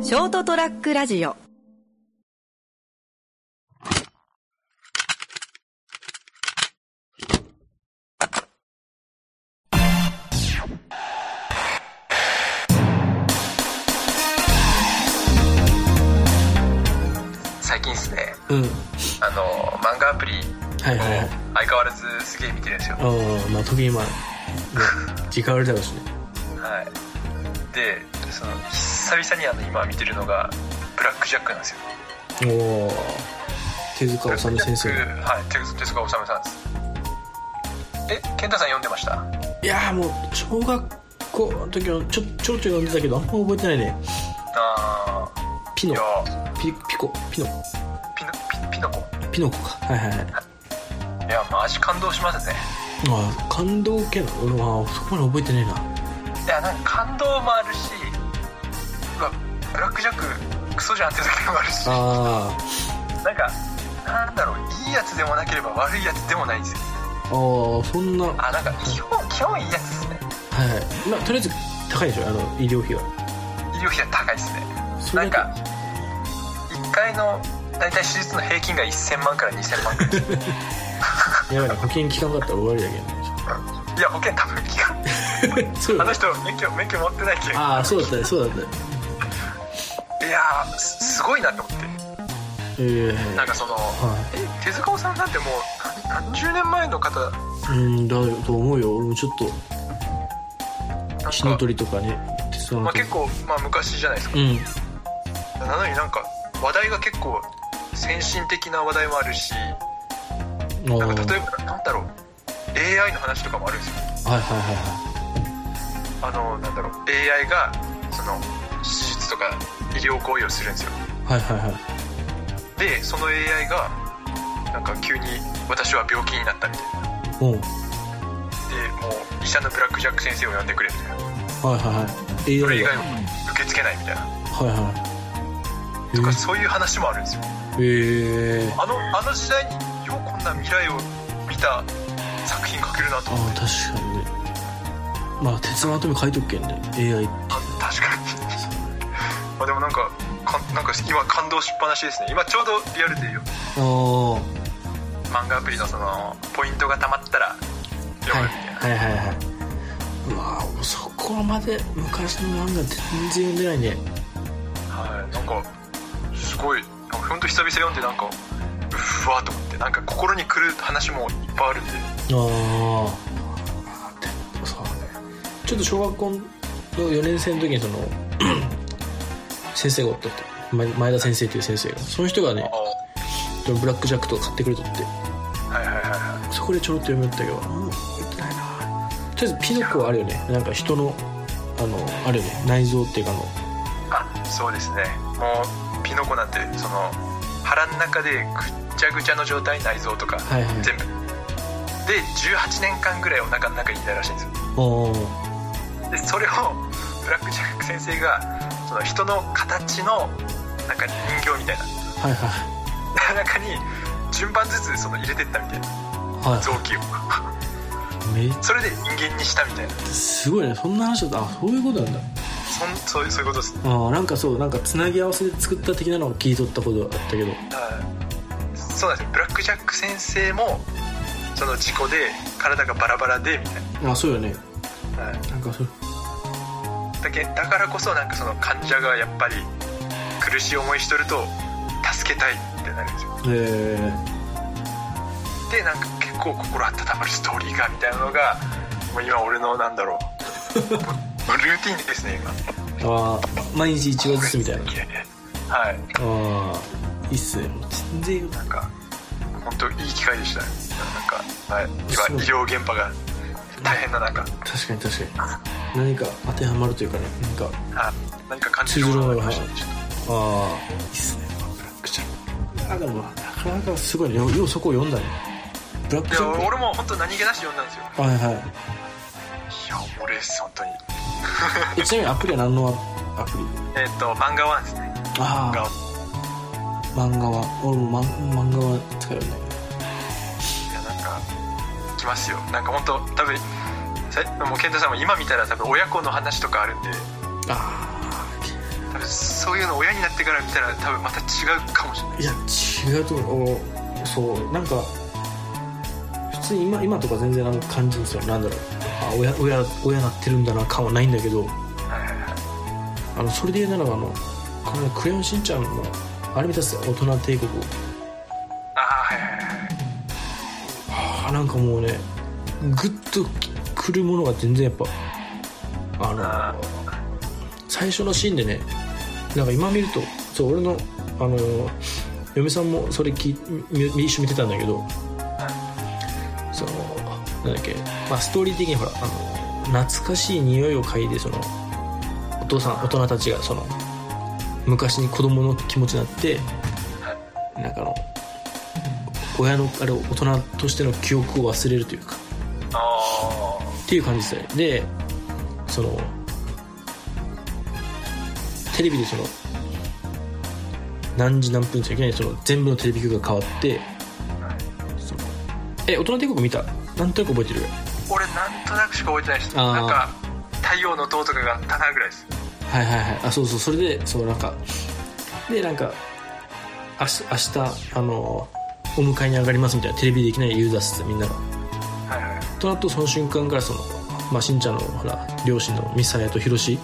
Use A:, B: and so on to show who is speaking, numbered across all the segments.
A: ショートトラックラジオ
B: 最近ですね
C: うん。
B: あの漫画アプリを
C: はいはいはい。
B: 相変わらずすげえ見てるんですよ、
C: ああ、まあ特に今、ね、時間あるだろうしね。
B: はいでその久々にあの今見てるのがブラックジャックなんですよ
C: おお。手塚治虫先生
B: ブ。ラックジャックはい手塚手塚治虫さんですえ健太さん読んでました
C: いやーもう、小学校の時はちょ、ちょろちょろ読んでたけど、あんま覚えてないね。
B: ああ
C: ピ
B: い
C: ノ
B: や。
C: ピ、ピコ。ピノ。
B: ピノピピノコ
C: ピノコか。はいはいはい。
B: いやマジ感動しますね
C: まあ、感動系の、うんまあ、そこまで覚えてねえな。
B: いやなんか感動もあるしうわブラックジャッククソじゃんって時もあるし
C: あ
B: なんかなんだろういいやつでもなければ悪いやつでもないんですよ
C: あ、ああ、そんな、は
B: あなんか基本基本いいやつですね
C: いはい。まあ、とりあえず、高いでしょ、あの、医療費は。
B: 医療費は高いですね
C: そ
B: な
C: れ
B: ん
C: だけ
B: か1回の大体手術の平均が1000万から2000万くら いです
C: やばいな、保険効かなかったら終わりだけ
B: いや保険多分効かん
C: どね。 そう
B: あ
C: だ
B: の
C: ね。
B: 人免許免許持ってないけ
C: ああ、そうだったね、そうだったね。
B: いやーすすごいなと思って
C: え
B: なんかその、え手塚さんなんてもう何何十年前の方なん
C: えうん、だと思うよ。俺もちょっと、石の
B: か、
C: 鳥とかね鉄腕
B: ま
C: の
B: あ、
C: 鳥
B: 結構、まあ、昔じゃないですか
C: うん
B: なのになんか話題が結構先進的な話題もあるしなん
C: あ
B: か
C: ー
B: 例えばなんだろう AI の話とかもあるんですよ
C: はいはいは
B: あのなんだろう AI がその手術とか医療行為をするんですよ
C: いはいはいはいはい
B: でその AI がなんか急に私は病気になったみたいな
C: うんはい
B: でもう医者のブラックジャック先生を呼んでくれみたいな
C: はいはい
B: それ
C: AI
B: 以
C: が
B: 外を受け付けないみたいな
C: はいはい
B: とかそういう話もあるんですよ
C: へえー、
B: あのあの時代にようこんな未来を見た作品書けるなと
C: あ
B: 思って
C: あ確かにねまあ鉄腕の鳥書いとくけんね AI って
B: あ確かにまあでもなんかかなんか今感動しっぱなしですね今ちょうどリアルでよ
C: ああは
B: 漫画アプリのそのポイントがたまったら
C: い
B: 読む
C: はい
B: みたいな、
C: はいはいまあそこまで昔の漫画全然読んでないね
B: はい、なんかすごいなんかほんと久々読んでなんかうふわーと思ってなんか心にくる話もいっぱいあるんで
C: ああでもさちょっと小学校の4年生の時にその 先生がおったって前前田先生っていう先生がその人がね
B: あ
C: ブラックジャックとか買ってくれとって
B: はいはいはいは
C: そこでちょろっと読めたけどうん覚えてないなとりあえずピノコはあるよねなんか人のあのあるよね内臓っていうかあの
B: いあそうですねもうピノコなんてその腹の中でぐっちゃぐちゃの状態内臓とか、
C: はいはい
B: 全部で18年間ぐらいお腹の中にいたらしいんですよ
C: おー
B: でそれをブラックジャック先生がその人の形のなんか人形みたいな
C: はいは
B: 中に順番ずつその入れてったみたいない
C: は
B: 臓器を
C: いめっ
B: それで人間にしたみたいな
C: すごいねそんな話だったあそういうことなんだ
B: そんそういうそういうことですね
C: ああなんかそうなんかつなぎ合わせで作った的なのを聞いとったことあったけど
B: はいそうなんですよブラックジャック先生もその事故で体がバラバラでみたい
C: あそうよね
B: な、はい、
C: なんかそれ
B: だけだからこそなんかその患者がやっぱり苦しい思いしとると助けたいってなるんですよ
C: え
B: でなんか結構心温まるストーリーがみたいなのがもう今俺のなんだろ うもうルーティンですね今
C: ー、ああ毎日一話ずつみたいな
B: はい
C: ああいいっすねもう全然いいよ
B: なんか本当いい機会でしたなんか、はい、
C: そう
B: 今医療現場が大変な中はい
C: 確かに確かに何か当てはまるというかねなんか
B: 何か感じるものがありました
C: ああいいっすねブラックジャックあでもなかなかすごいねよようそこを読んだねブラック
B: で
C: ジャッ
B: 俺も本当何気なし読んだんですよ
C: クはいはい
B: や俺です本当に
C: いえちなみにアプリは何のアプリ
B: えっ、と漫画ワンですね
C: あ
B: が
C: あ漫画は俺も漫漫画は使うよね
B: いやなんか来ますよなんか本当多分さもう健太さんも今見たら多分親子の話とかあるんで
C: あ
B: 多分そういうの親になってから見たら多分また違うかもしれない
C: いや違うと思うおそうなんか普通に今今とか全然なんか感じるんですよなんだろうあ親親親なってるんだな感はないんだけど
B: はいはいはい
C: あのそれで言うならばあのこの間クレヨンしんちゃん」のあれ見たっすよ大人帝国
B: ああはいはいはい
C: あーなんかもうねグッとくるものが全然やっぱあ
B: あ
C: の最初のシーンでねなんか今見るとそう俺のあの嫁さんもそれ聞いみみ一緒に見てたんだけどそのなんだっけ、まあ、ストーリー的にほらあの懐かしい匂いを嗅いでそのお父さん大人たちがその昔に子供の気持ちになってなんかあの親のあれを大人としての記憶を忘れるというか
B: あ
C: っていう感じですねでそのテレビでその何時何分じゃいけないその全部のテレビ局が変わって
B: あ、はい、
C: そのえ大人帝国見たなんとなく覚えてる
B: 俺なんとなくしか覚えてないし
C: あー
B: なんか太陽の塔とかがあったなぐらいです
C: はいはいはいあそうそうそれでそうなんかでなんか明日明日あのお迎えに上がりますみたいなテレビできないユーザー室でみんなが
B: はいはいはい
C: となるとその瞬間からその、まあ、しんちゃんのほら両親のミサヤとヒロシ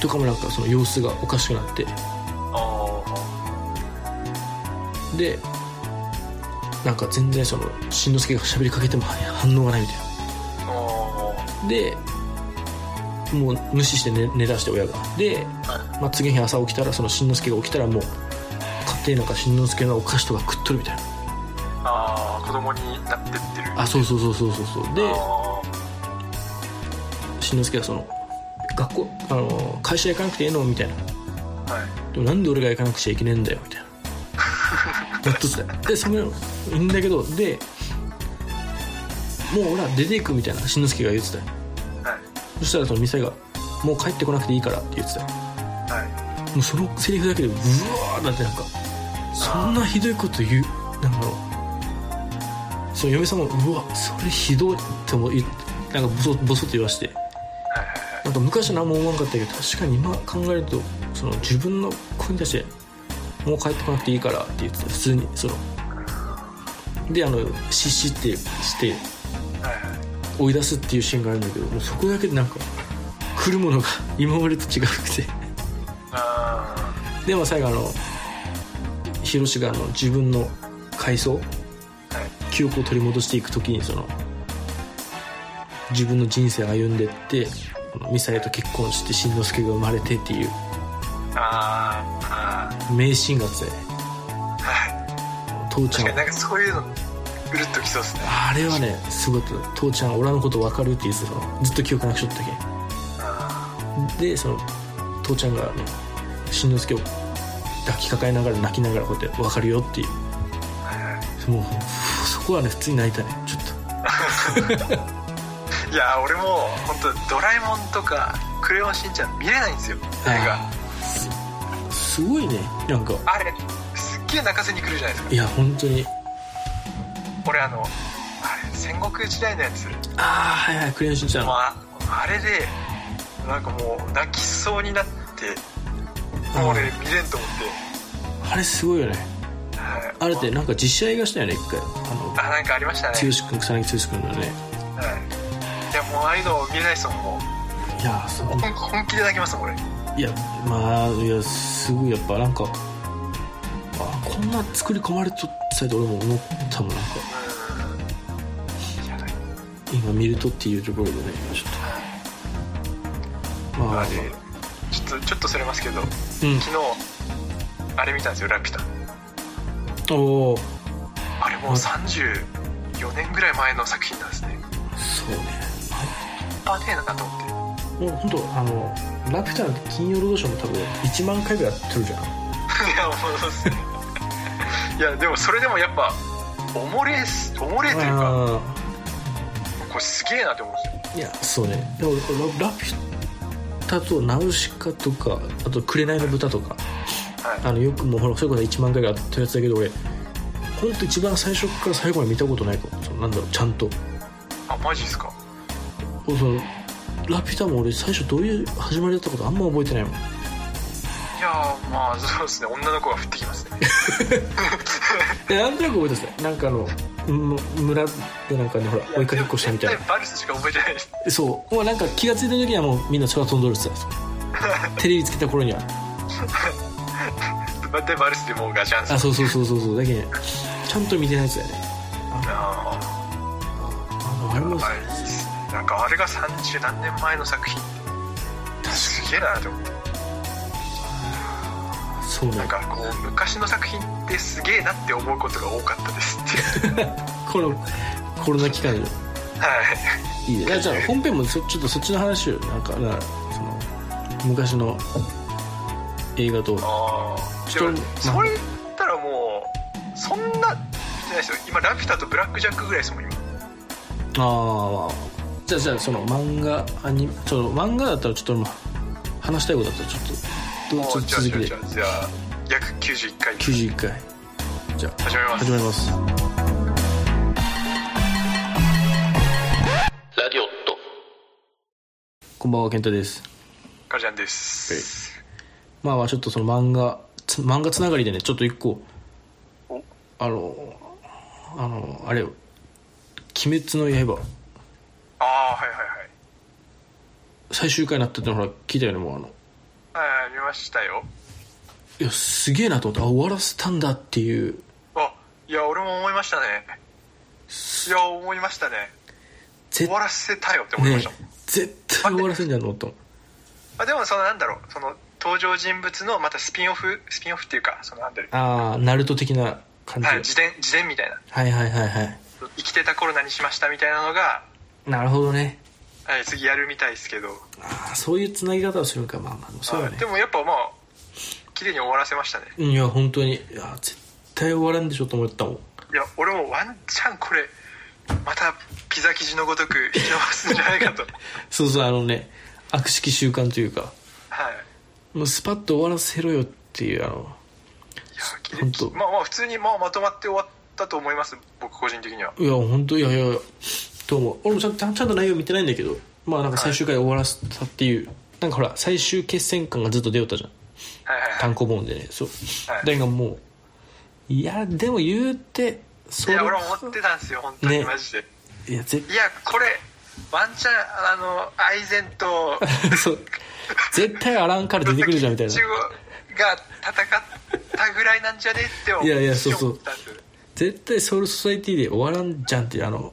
C: とかもなんかその様子がおかしくなって
B: ああ
C: でなんか全然そのしんのすけが喋りかけてもは反応がないみたい
B: あ
C: なでもう無視して寝寝だして親がで、
B: は
C: まあ、次の日朝起きたらそのしんのすけが起きたらもう家庭なんかしんのすけのお菓子とか食っとるみたいな
B: あああ子供になってってる
C: あそうそうそうそうそうそうで
B: あ
C: しんのすけがその学校あの会社行かなくてええのみたいな
B: あはい
C: でもなんで俺が行かなくちゃいけねえんだよみたいなずっとしてでそのいいんだけどでもう俺は出ていくみたいなしんのすけが言ってたよ
B: はい
C: そしたらその店が「もう帰ってこなくていいから」って言ってたよ
B: はい
C: もうそのセリフだけでうわーだってなんかそんなひどいこと言うなんだろうその嫁さんも「うわそれひどい」っても言ってなんかボソボソって言わして
B: はい
C: なんか昔は何も思わなかったけど確かに今考えるとその自分の子に対して「もう帰ってこなくていいから」って言ってた普通にそのであの失神ってして
B: はいはいはい
C: 追い出すっていうシーンがあるんだけどもうそこだけでなんか来るものが今までと違くて
B: あ
C: でも最後あのヒロシがあの自分の回想
B: あはい
C: 記憶を取り戻していく時にその自分の人生を歩んでってこのミサイと結婚してしんのすけが生まれてっていう
B: ああ
C: 名シーンがあってね
B: ああはい
C: 父
B: 確
C: ち
B: か
C: ゃん
B: になんかそういうのうるっときそうですね
C: あれはねすごかった父ちゃん俺のこと分かるって言ってたのずっと記憶なくしとったけん
B: あ
C: でその父ちゃんがあのしんのすけを抱きかかえながら泣きながらこうやって「分かるよ」っていう
B: あはいは
C: もうふそこはね普通に泣いたねちょっと
B: いいや俺も本当ドラえもんとかクレヨンしんちゃん見れないんですよ映画
C: あーすすごいねなんか
B: あれすっげえ泣かせに来るじゃないですか
C: いや本当に
B: 俺あのあれ戦国時代のやつもう
C: ああはいはいクレヨンしんちゃん
B: ああれでなんかもう泣きそうになってもう俺
C: うん
B: 見れんと思っ
C: あれすごいよね
B: て、はい
C: あれってなんか実写映画したよね一回あの
B: あなんかありましたね
C: 剛君草薙剛君のね
B: はいいやもうああいうの見れないですもんも
C: いやーすごいう
B: 本本気で泣きますもん俺
C: いやまあいやすごいやっぱなんかあこんな作り込まれとったと俺も思ったもんなんか
B: うんいや
C: 今見るとっていうところでねちょっとまあ
B: あれちょっとちょっとそれますけど
C: う
B: 昨日あれ見たんですよ「ラピュタ
C: んおお」
B: あれもう34年ぐらい前の作品なんですね
C: そうね
B: バテーナだと思っ
C: もう本当あの「ラピュタ」の金曜ロードショーも多分1万回ぐらいやってるじゃん
B: ていやもうそうっすねいやでもそれでもやっぱおもれえっすおもれえというかこれすげえなって思うんですよ
C: うんいやそうねでもララピュタとナウシカとかあと「紅の豚」とか
B: はい
C: あのよくもうほらそれこそ1万回ぐらいやってるやつだけど俺本当一番最初から最後まで見たことないかもそのなんだろうちゃんと
B: あマジですか
C: そのラピュタも俺最初どういう始まりだったことあんま覚えてないもん
B: いやーまあそうですね女の子が降ってきますね
C: いやなんとなく覚えてますなんかあのむ村でなんかねほら追いかけっこしたみたい
B: 絶対バルスしか覚えてない です
C: なそうもうなんか気が付いた時にはもうみんな空飛んどる っつってたんですよテレビつけた頃には
B: 絶対バルスでもうガチャンス
C: あそうそうそうそうそうだけどちゃんと見てないやつだよね
B: あ
C: ああれも
B: ーあれいいですねなんかあれが30何年前の作品すげえなと思って
C: そうな
B: なんん
C: か
B: かこう昔の作品ってすげえなって思うことが多かったですっていう
C: このコロナ期間で
B: はい
C: いいねいやじゃあ本編もそちょっとそっちの話をなんかなその昔の映画と
B: ああ
C: 人
B: でもそれ言ったらもうそんなじゃないですよ今ラピュタとブラックジャックぐらいですもん今
C: ああじゃあじゃあその漫画アニメその漫画だったらちょっともう話したいことだったらちょっとどうちょっ
B: じ
C: と
B: ゃあ
C: 続
B: じ
C: き
B: ゃあ
C: で
B: じゃあじゃあ約91回
C: 91回じゃあ
B: 始めます
C: 始まります
A: ラディオット。
C: こんばんは健太です
B: カルジャンです
C: まあまあちょっとその漫画つ漫画つながりでねちょっと一個
B: お
C: あのあのあれよ「鬼滅の刃
B: ああはいは」
C: 最終回になったってのほら聞いたよねもうあの
B: いはいはい見ましたよ
C: いやすげえなと思ってあ終わらせたんだっていう
B: あいや俺も思いましたねいや思いましたね
C: ぜ
B: 終わらせたよって思いま
C: ね
B: した、
C: 絶対終わらせんじゃんのと思った
B: あでもそのなんだろうその登場人物のまたスピンオフスピンオフっていうかそのなんだろう
C: ああナルト的な感じ
B: はい自伝自伝みたいな
C: はいはいはいはい
B: 生きてた頃何しましたみたいなのが
C: なるほどね
B: はい、次やるみたいですけど、
C: あーそういうつなぎ方をするかまあまあそうだね
B: でもやっぱまあ綺麗に終わらせましたね
C: うんいや本当にいや絶対終わらんでしょと思ったもん
B: いや俺もワンチャンこれまたピザ生地のごとく引き伸ばすんじゃないか と
C: そうそうあのね悪しき習慣というか
B: はい
C: もうスパッと終わらせろよっていうあの
B: いや綺
C: 本当
B: 麗まあまあ普通にまあまとまって終わったと思います僕個人的にはい
C: や本当いやいやいやと思う俺もちゃんちゃんちゃんと内容見てないんだけどまあなんか最終回終わらせたっていう、なんかほら最終決戦感がずっと出よったじゃん
B: はいはいは
C: 単行本でねそう、
B: はい
C: だがもういやでも言うてそ
B: いい
C: れ
B: や俺も思ってたんですよ本当に、
C: ね
B: マジで
C: いや絶
B: いやこれワンチャンあのアイゼンと
C: そう絶対アラン から出てくるじゃんみたいな
B: キッチゴが戦ったぐらいなんじゃねって思
C: いやいやそうそう
B: 思ったんですよ
C: 絶対ソウルソサイティで終わらんじゃんっていうあの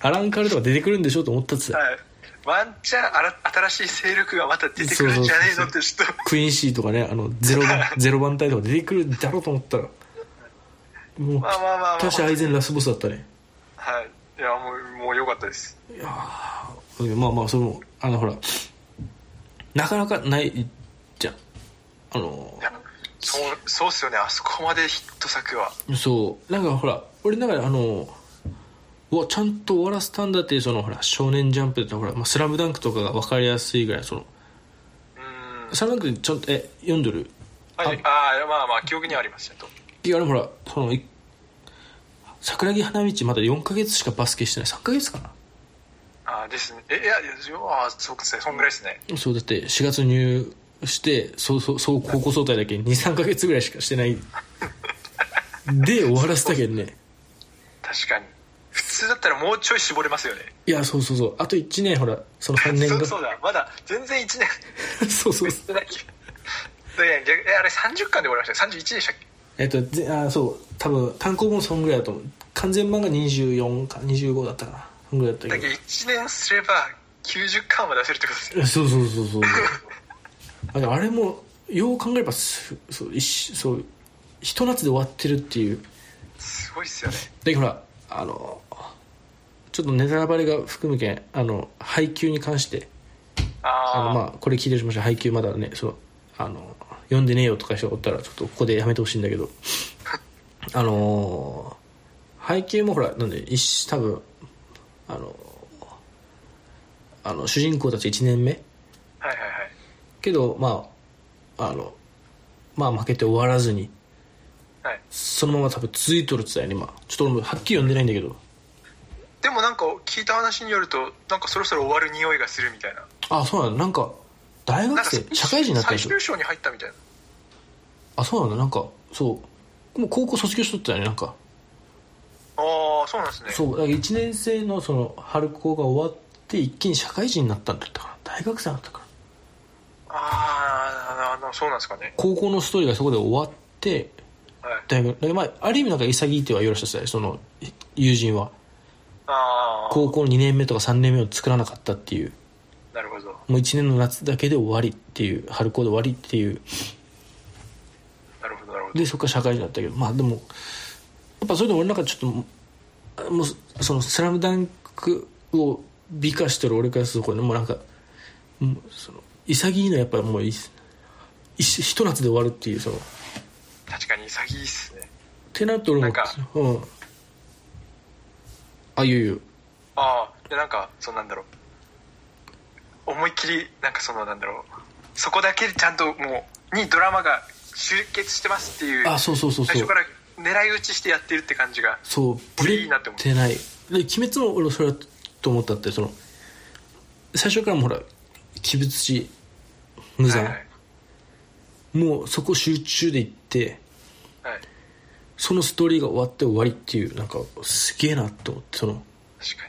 C: アランカルとか出てくるんでしょと思ったっつってた
B: はい、ワンチャンあら新しい勢力がまた出てくるんじゃねえのってちょっと
C: クイーンシーとかねあのゼロ 番ゼロ番隊とか出てくるだろうと思ったらもう
B: まあまあまあまあ
C: 確かアイゼンラスボスだったね
B: はいいやもうもう良かったです
C: まあまあそのあのほらなかなかないじゃんあの
B: いやそうそうっすよねあそこまでヒット作は
C: そうなんかほら俺の中であのうわちゃんと終わらせたんだっていうそのほら少年ジャンプだったらほら、まあ、スラムダンクとかが分かりやすいぐらいその
B: うーん
C: スラムダンクちょっとえ読んでる
B: はいああまあまあ記憶にはありましたと
C: いやあれほらそのい桜木花道まだ4ヶ月しかバスケしてない3ヶ月か
B: ああですねえいやいやああそうですねそんぐらいですね
C: なそうだって4月入してそうそうそう高校総体だけ23ヶ月ぐらいしかしてないで終わらせたけんね
B: 確かに普通だったらもうちょい絞れますよね
C: いやそうそうそうあと1年ほらその3年
B: そ
C: が
B: うそうだまだ全然1年
C: そう そう
B: 少ないいやいや逆えあれ30巻で終わりましたよ31でしたっけ
C: えっとぜあそう多分単行本そんぐらいだと思う完全版が24か25だったかなそんぐらいだった
B: だ
C: け
B: けど1年すれば90巻は出せるってことですよ
C: どそうそうそう そうあでもあれもよう考えればすそう一そうひと夏で終わってるっていう
B: すごいっすよね
C: でほらあのちょっとネタバレが含むけんあの配給に関してあ
B: あ
C: のまあこれ聞いてる人もし配給まだねそうあの読んでねえよとか人がおったらちょっとここでやめてほしいんだけどあのー配給もほらなんで一多分あのあの主人公たち1年目
B: あはいはいはい
C: けどまああのまあ負けて終わらずに
B: はい
C: そのまま多分続いとるって言ったよね今ちょっと俺もはっきり読んでないんだけど
B: でもなんか聞いた話によるとなんかそろそろ終わる匂いがするみたいな
C: あそうなのなんか大
B: な
C: 学
B: んか
C: 生社会人になったでしょ
B: 最終章に入ったみたいな
C: あそうなんだなんかそうもう高校卒業しとったよねなんか
B: ああそうなんですね
C: そうだから1年生のその春高が終わって一気に社会人になったんだったかな大学生だったかな
B: あーあのそうなんですかね
C: 高校のストーリーがそこで終わって
B: はい
C: 大学だからまあある意味なんか潔い手はよろしさその友人は
B: あ
C: 高校の2年目とか3年目を作らなかったっていう
B: あなるほど
C: もう1年の夏だけで終わりっていう春高で終わりっていう
B: なるほどなるほど
C: でそこから社会人だったけどまあでもやっぱそれで俺なんかちょっともうもうその「スラムダンクを美化してる俺からするとこれねもうなんかもうその潔いのはやっぱもうい一ひと夏で終わるっていうそのっ
B: 確かに潔いっすね
C: てなると俺も
B: なんか
C: うんあいよいよ
B: ああでなんかそうなんだろう思いっきりなんかそのなんだろうそこだけちゃんともうにドラマが集結してますっていう
C: あそうそうそう
B: 最
C: そ
B: 初
C: う
B: から狙い撃ちしてやってるって感じが
C: そう
B: こ
C: ブ
B: れ
C: レ
B: いいなって思う
C: てないで鬼滅も俺それだと思ったってその最初からもうほら鬼物師無
B: は
C: 惨、
B: いはい
C: もうそこ集中でいって
B: はい
C: そのストーリーが終わって終わりっていうなんかすげえなって思ってその
B: 確か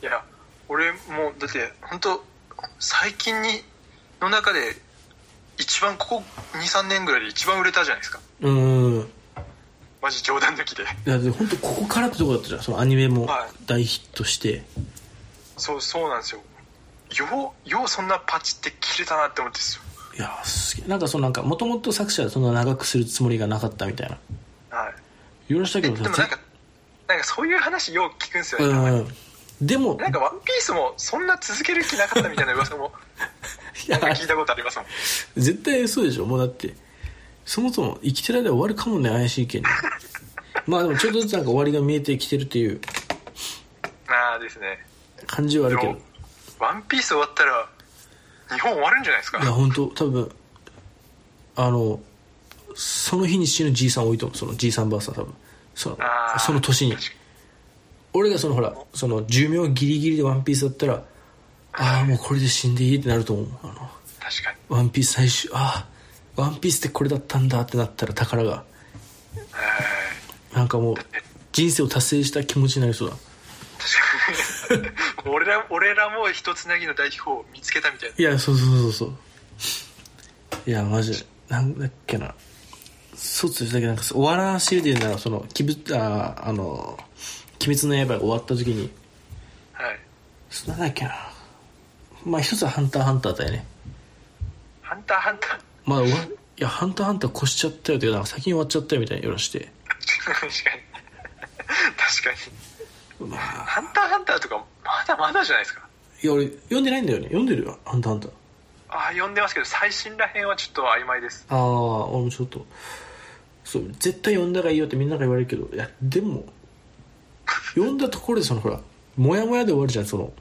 B: にいや俺もうだって本当最近にの中で一番ここ23年ぐらいで一番売れたじゃないですか
C: うーん
B: マジ冗談抜きで
C: だって本当ここからってとこだったじゃんそのアニメも
B: は
C: 大ヒットして、
B: そうそうなんですよようようそんなパチって切れたなって思ってですよ
C: い、やーすげえなんかそのなんかもともと作者はそんな長くするつもりがなかったみたいな
B: はい
C: 言われたけ
B: え
C: ど
B: で
C: さ
B: もなんかなんかそういう話よう聞くんですよ
C: う
B: ねたまに
C: んでも
B: なんか「ワンピースもそんな続ける気なかったみたいな噂 も
C: い
B: な
C: や
B: んか聞いたことありますもん
C: 絶対嘘でしょもうだってそもそも生きてる間で終わるかもね怪しいけどまあでもちょっとずつなんか終わりが見えてきてるっていう
B: ああですね
C: 感じはあ
B: で
C: るけど
B: も「ワンピース終わったら日本終わるんじゃないですか
C: いや本当多分あのその日に死ぬじいさん多いと思うそのじいさんばあさん多分その
B: あー
C: その年に
B: 確か
C: 俺がそのほらその寿命ギリギリで「ワンピースだったらああもうこれで死んでいいってなると思うあの
B: 確かに
C: 「ワンピース最終ああワンピースってこれだったんだってなったら宝がなんかもう人生を達成した気持ちになりそうだ
B: 確か に俺ら俺らも一つなぎの代表を見つけたみたいない
C: やそうそうそうそういやマジでなんだっけな卒だけなんか終わらんシリーズで言うならその鬼物あーあの鬼滅の刃が終わった時に
B: はい
C: なんだっけなまあ一つはハンターハンターだよね
B: 「ハンターハンター
C: まあ終わいやハンターハンター越しちゃったよというかなんか先に終わっちゃったよみたいな言わして」
B: 確かに確かに
C: ま
B: 「
C: あ
B: ハンターハンター」とかまだまだじゃないですか
C: いや俺読んでないんだよね読んでるよハンターハンター
B: ああ読んでますけど最新らへんはちょっと曖昧です
C: ああ俺もちょっとそう絶対読んだらいいよってみんなが言われるけどいやでも読んだところでそのほらモヤモヤで終わるじゃんその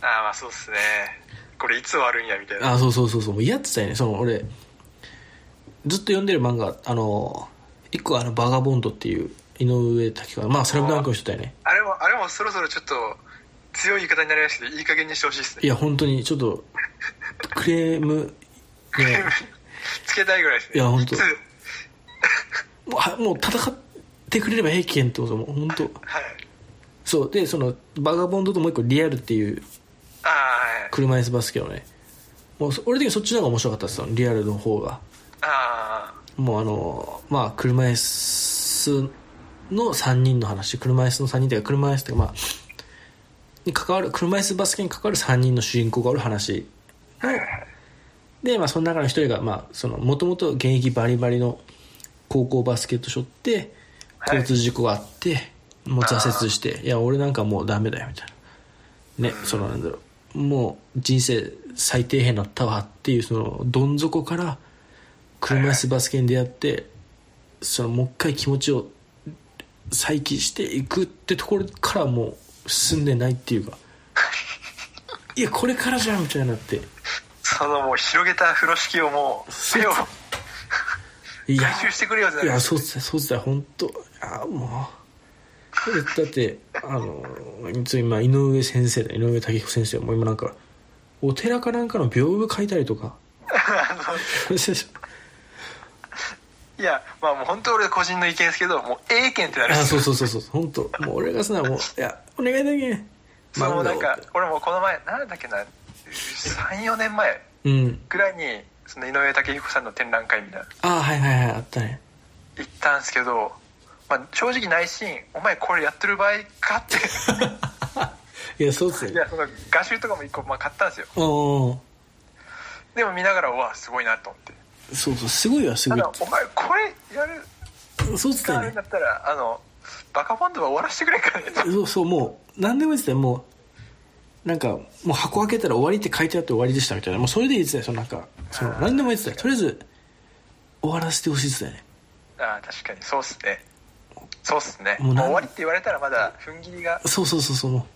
B: ああまあそうっすねこれいつ終わるんやみたいな
C: あそうそうそうそうもう嫌って言ったよねその俺ずっと読んでる漫画あの一個はあのバガボンドっていう井上滝川まあスラムダンクの人だよね
B: あれもあれもそろそろちょっと強い言い方になりましたけどいい加減にしてほしいです
C: い
B: ね
C: や本当にちょっとクレームね
B: つけたいぐらいですね
C: いや本当
B: いつ
C: もうはもう戦ってくれれば平気やんってこともう本当
B: はい
C: そうでそのバガボンドともう一個リアルっていう
B: ああはい
C: 車椅子バスケをねもうそ俺的にそっちの方が面白かったですよリアルの方が
B: あ
C: もうあのまあ車椅子の3人の話車椅子の3人というか車椅子というかまあに関わる車椅子バスケに関わる3人の主人公がおる話
B: あはいはいはい
C: でまあその中の1人がまあそのもともと現役バリバリの高校バスケットしょって
B: はい
C: 交通事故があってもう挫折していや俺なんかもうダメだよみたいなねそのなんだろうもう人生最底辺だったわっていうそのどん底から車椅子バスケに出会ってそのもう一回気持ちを再起していくってところからもう進んでないってい うかいやこれからじゃんみたいになって
B: そのもう広げた風呂敷をもう手を
C: いや
B: 回収してくれよじゃ
C: い
B: ない
C: や
B: です
C: そうっすねそうっすね本当いやもうだってあの今井上先生だ井上武彦先生も今なんか お寺かなんかの屏風書いたりとか
B: かあの
C: 先生
B: いやまあもう本当俺個人の意見ですけどもう A 県ってなる
C: あそうそうそうそう本当もう俺がすなもういやお願いだけ
B: それもなん
C: なん
B: か
C: だろ
B: 俺もこの前なんだっけな34年前
C: ううん
B: ぐらいにその井上武彦さんの展覧会みたいなの
C: ああはいはいはいあったね
B: 行ったんですけど、まあ、正直内心お前これやってる場合か っ
C: いやそうっす
B: てい
C: よ
B: やその画集とかも1個まあ買ったんですよ
C: うん
B: でも見ながらうわすごいなと思って
C: そうそうすごいわす
B: た
C: ごい
B: だお前これやる
C: そうっつっ
B: が
C: た
B: ある
C: よ
B: ん
C: ね
B: だったらあのバカファンドは終わらせてくれんからね
C: そうそうもう何でもいいっすねもうなんかもう箱開けたら終わりって書いてあって終わりでしたみたいなもうそれでいいっすねそのなんかその何でもいいっすねとりあえず終わらせてほしいっすね
B: ああ確かにそうっすねそうっすね
C: もう
B: ま
C: なん
B: あ終わりって言われたらまだ踏ん切りが
C: そうそうそうそうも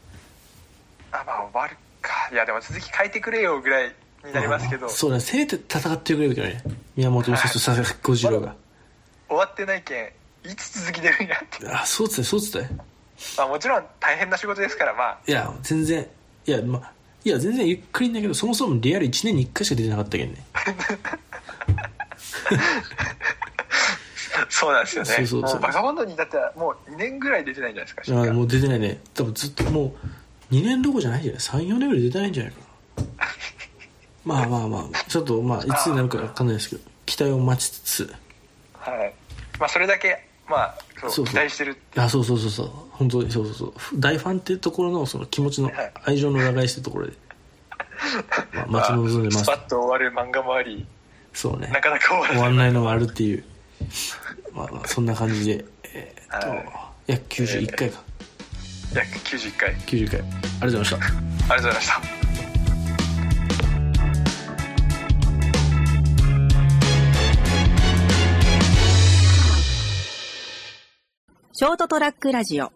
B: あまあ終わるかいやでも続き書いてくれよぐらいに
C: う
B: なりますけど終
C: そうだねせめて戦ってくれるからね宮本武蔵と佐々木小次郎が
B: わってないけんいつ続き出るんやって
C: あそうっつったよそうっつったよ
B: まあもちろん大変な仕事ですからまあ
C: いや全然いやまいや全然ゆっくりんだけどそもそもリアル1年に1回しか出てなかったけどね
B: そうなんですよね
C: そうそうそう
B: もうバカボンドにだってはもう2年ぐらい出てないんじゃないですか新
C: あ
B: 刊
C: もう出てないね多分ずっともう2年どころじゃないんじゃない34年ぐらい出てないんじゃないか なまあまあまあちょっとまあいつになるか分かんないですけど期待を待ちつつ
B: はいまあそれだけまあそう
C: そうそ
B: 期
C: う
B: 待してる
C: あそうそうそうそう本当にそうそうそう大ファンっていうところのその気持ちの
B: はい
C: 愛情の裏返しってところで、ま あ、待ち望んでま
B: ス
C: す
B: パッと終わる漫画もあり
C: そうね
B: なかなか終わら
C: 終
B: な
C: わ
B: い
C: んないのがあるっていうまあまあそんな感じでえーっと、
B: は
C: 約91回か
B: 約91回あり
C: 90回ありがとうございました
B: がとうございました
A: ショートトラックラジオ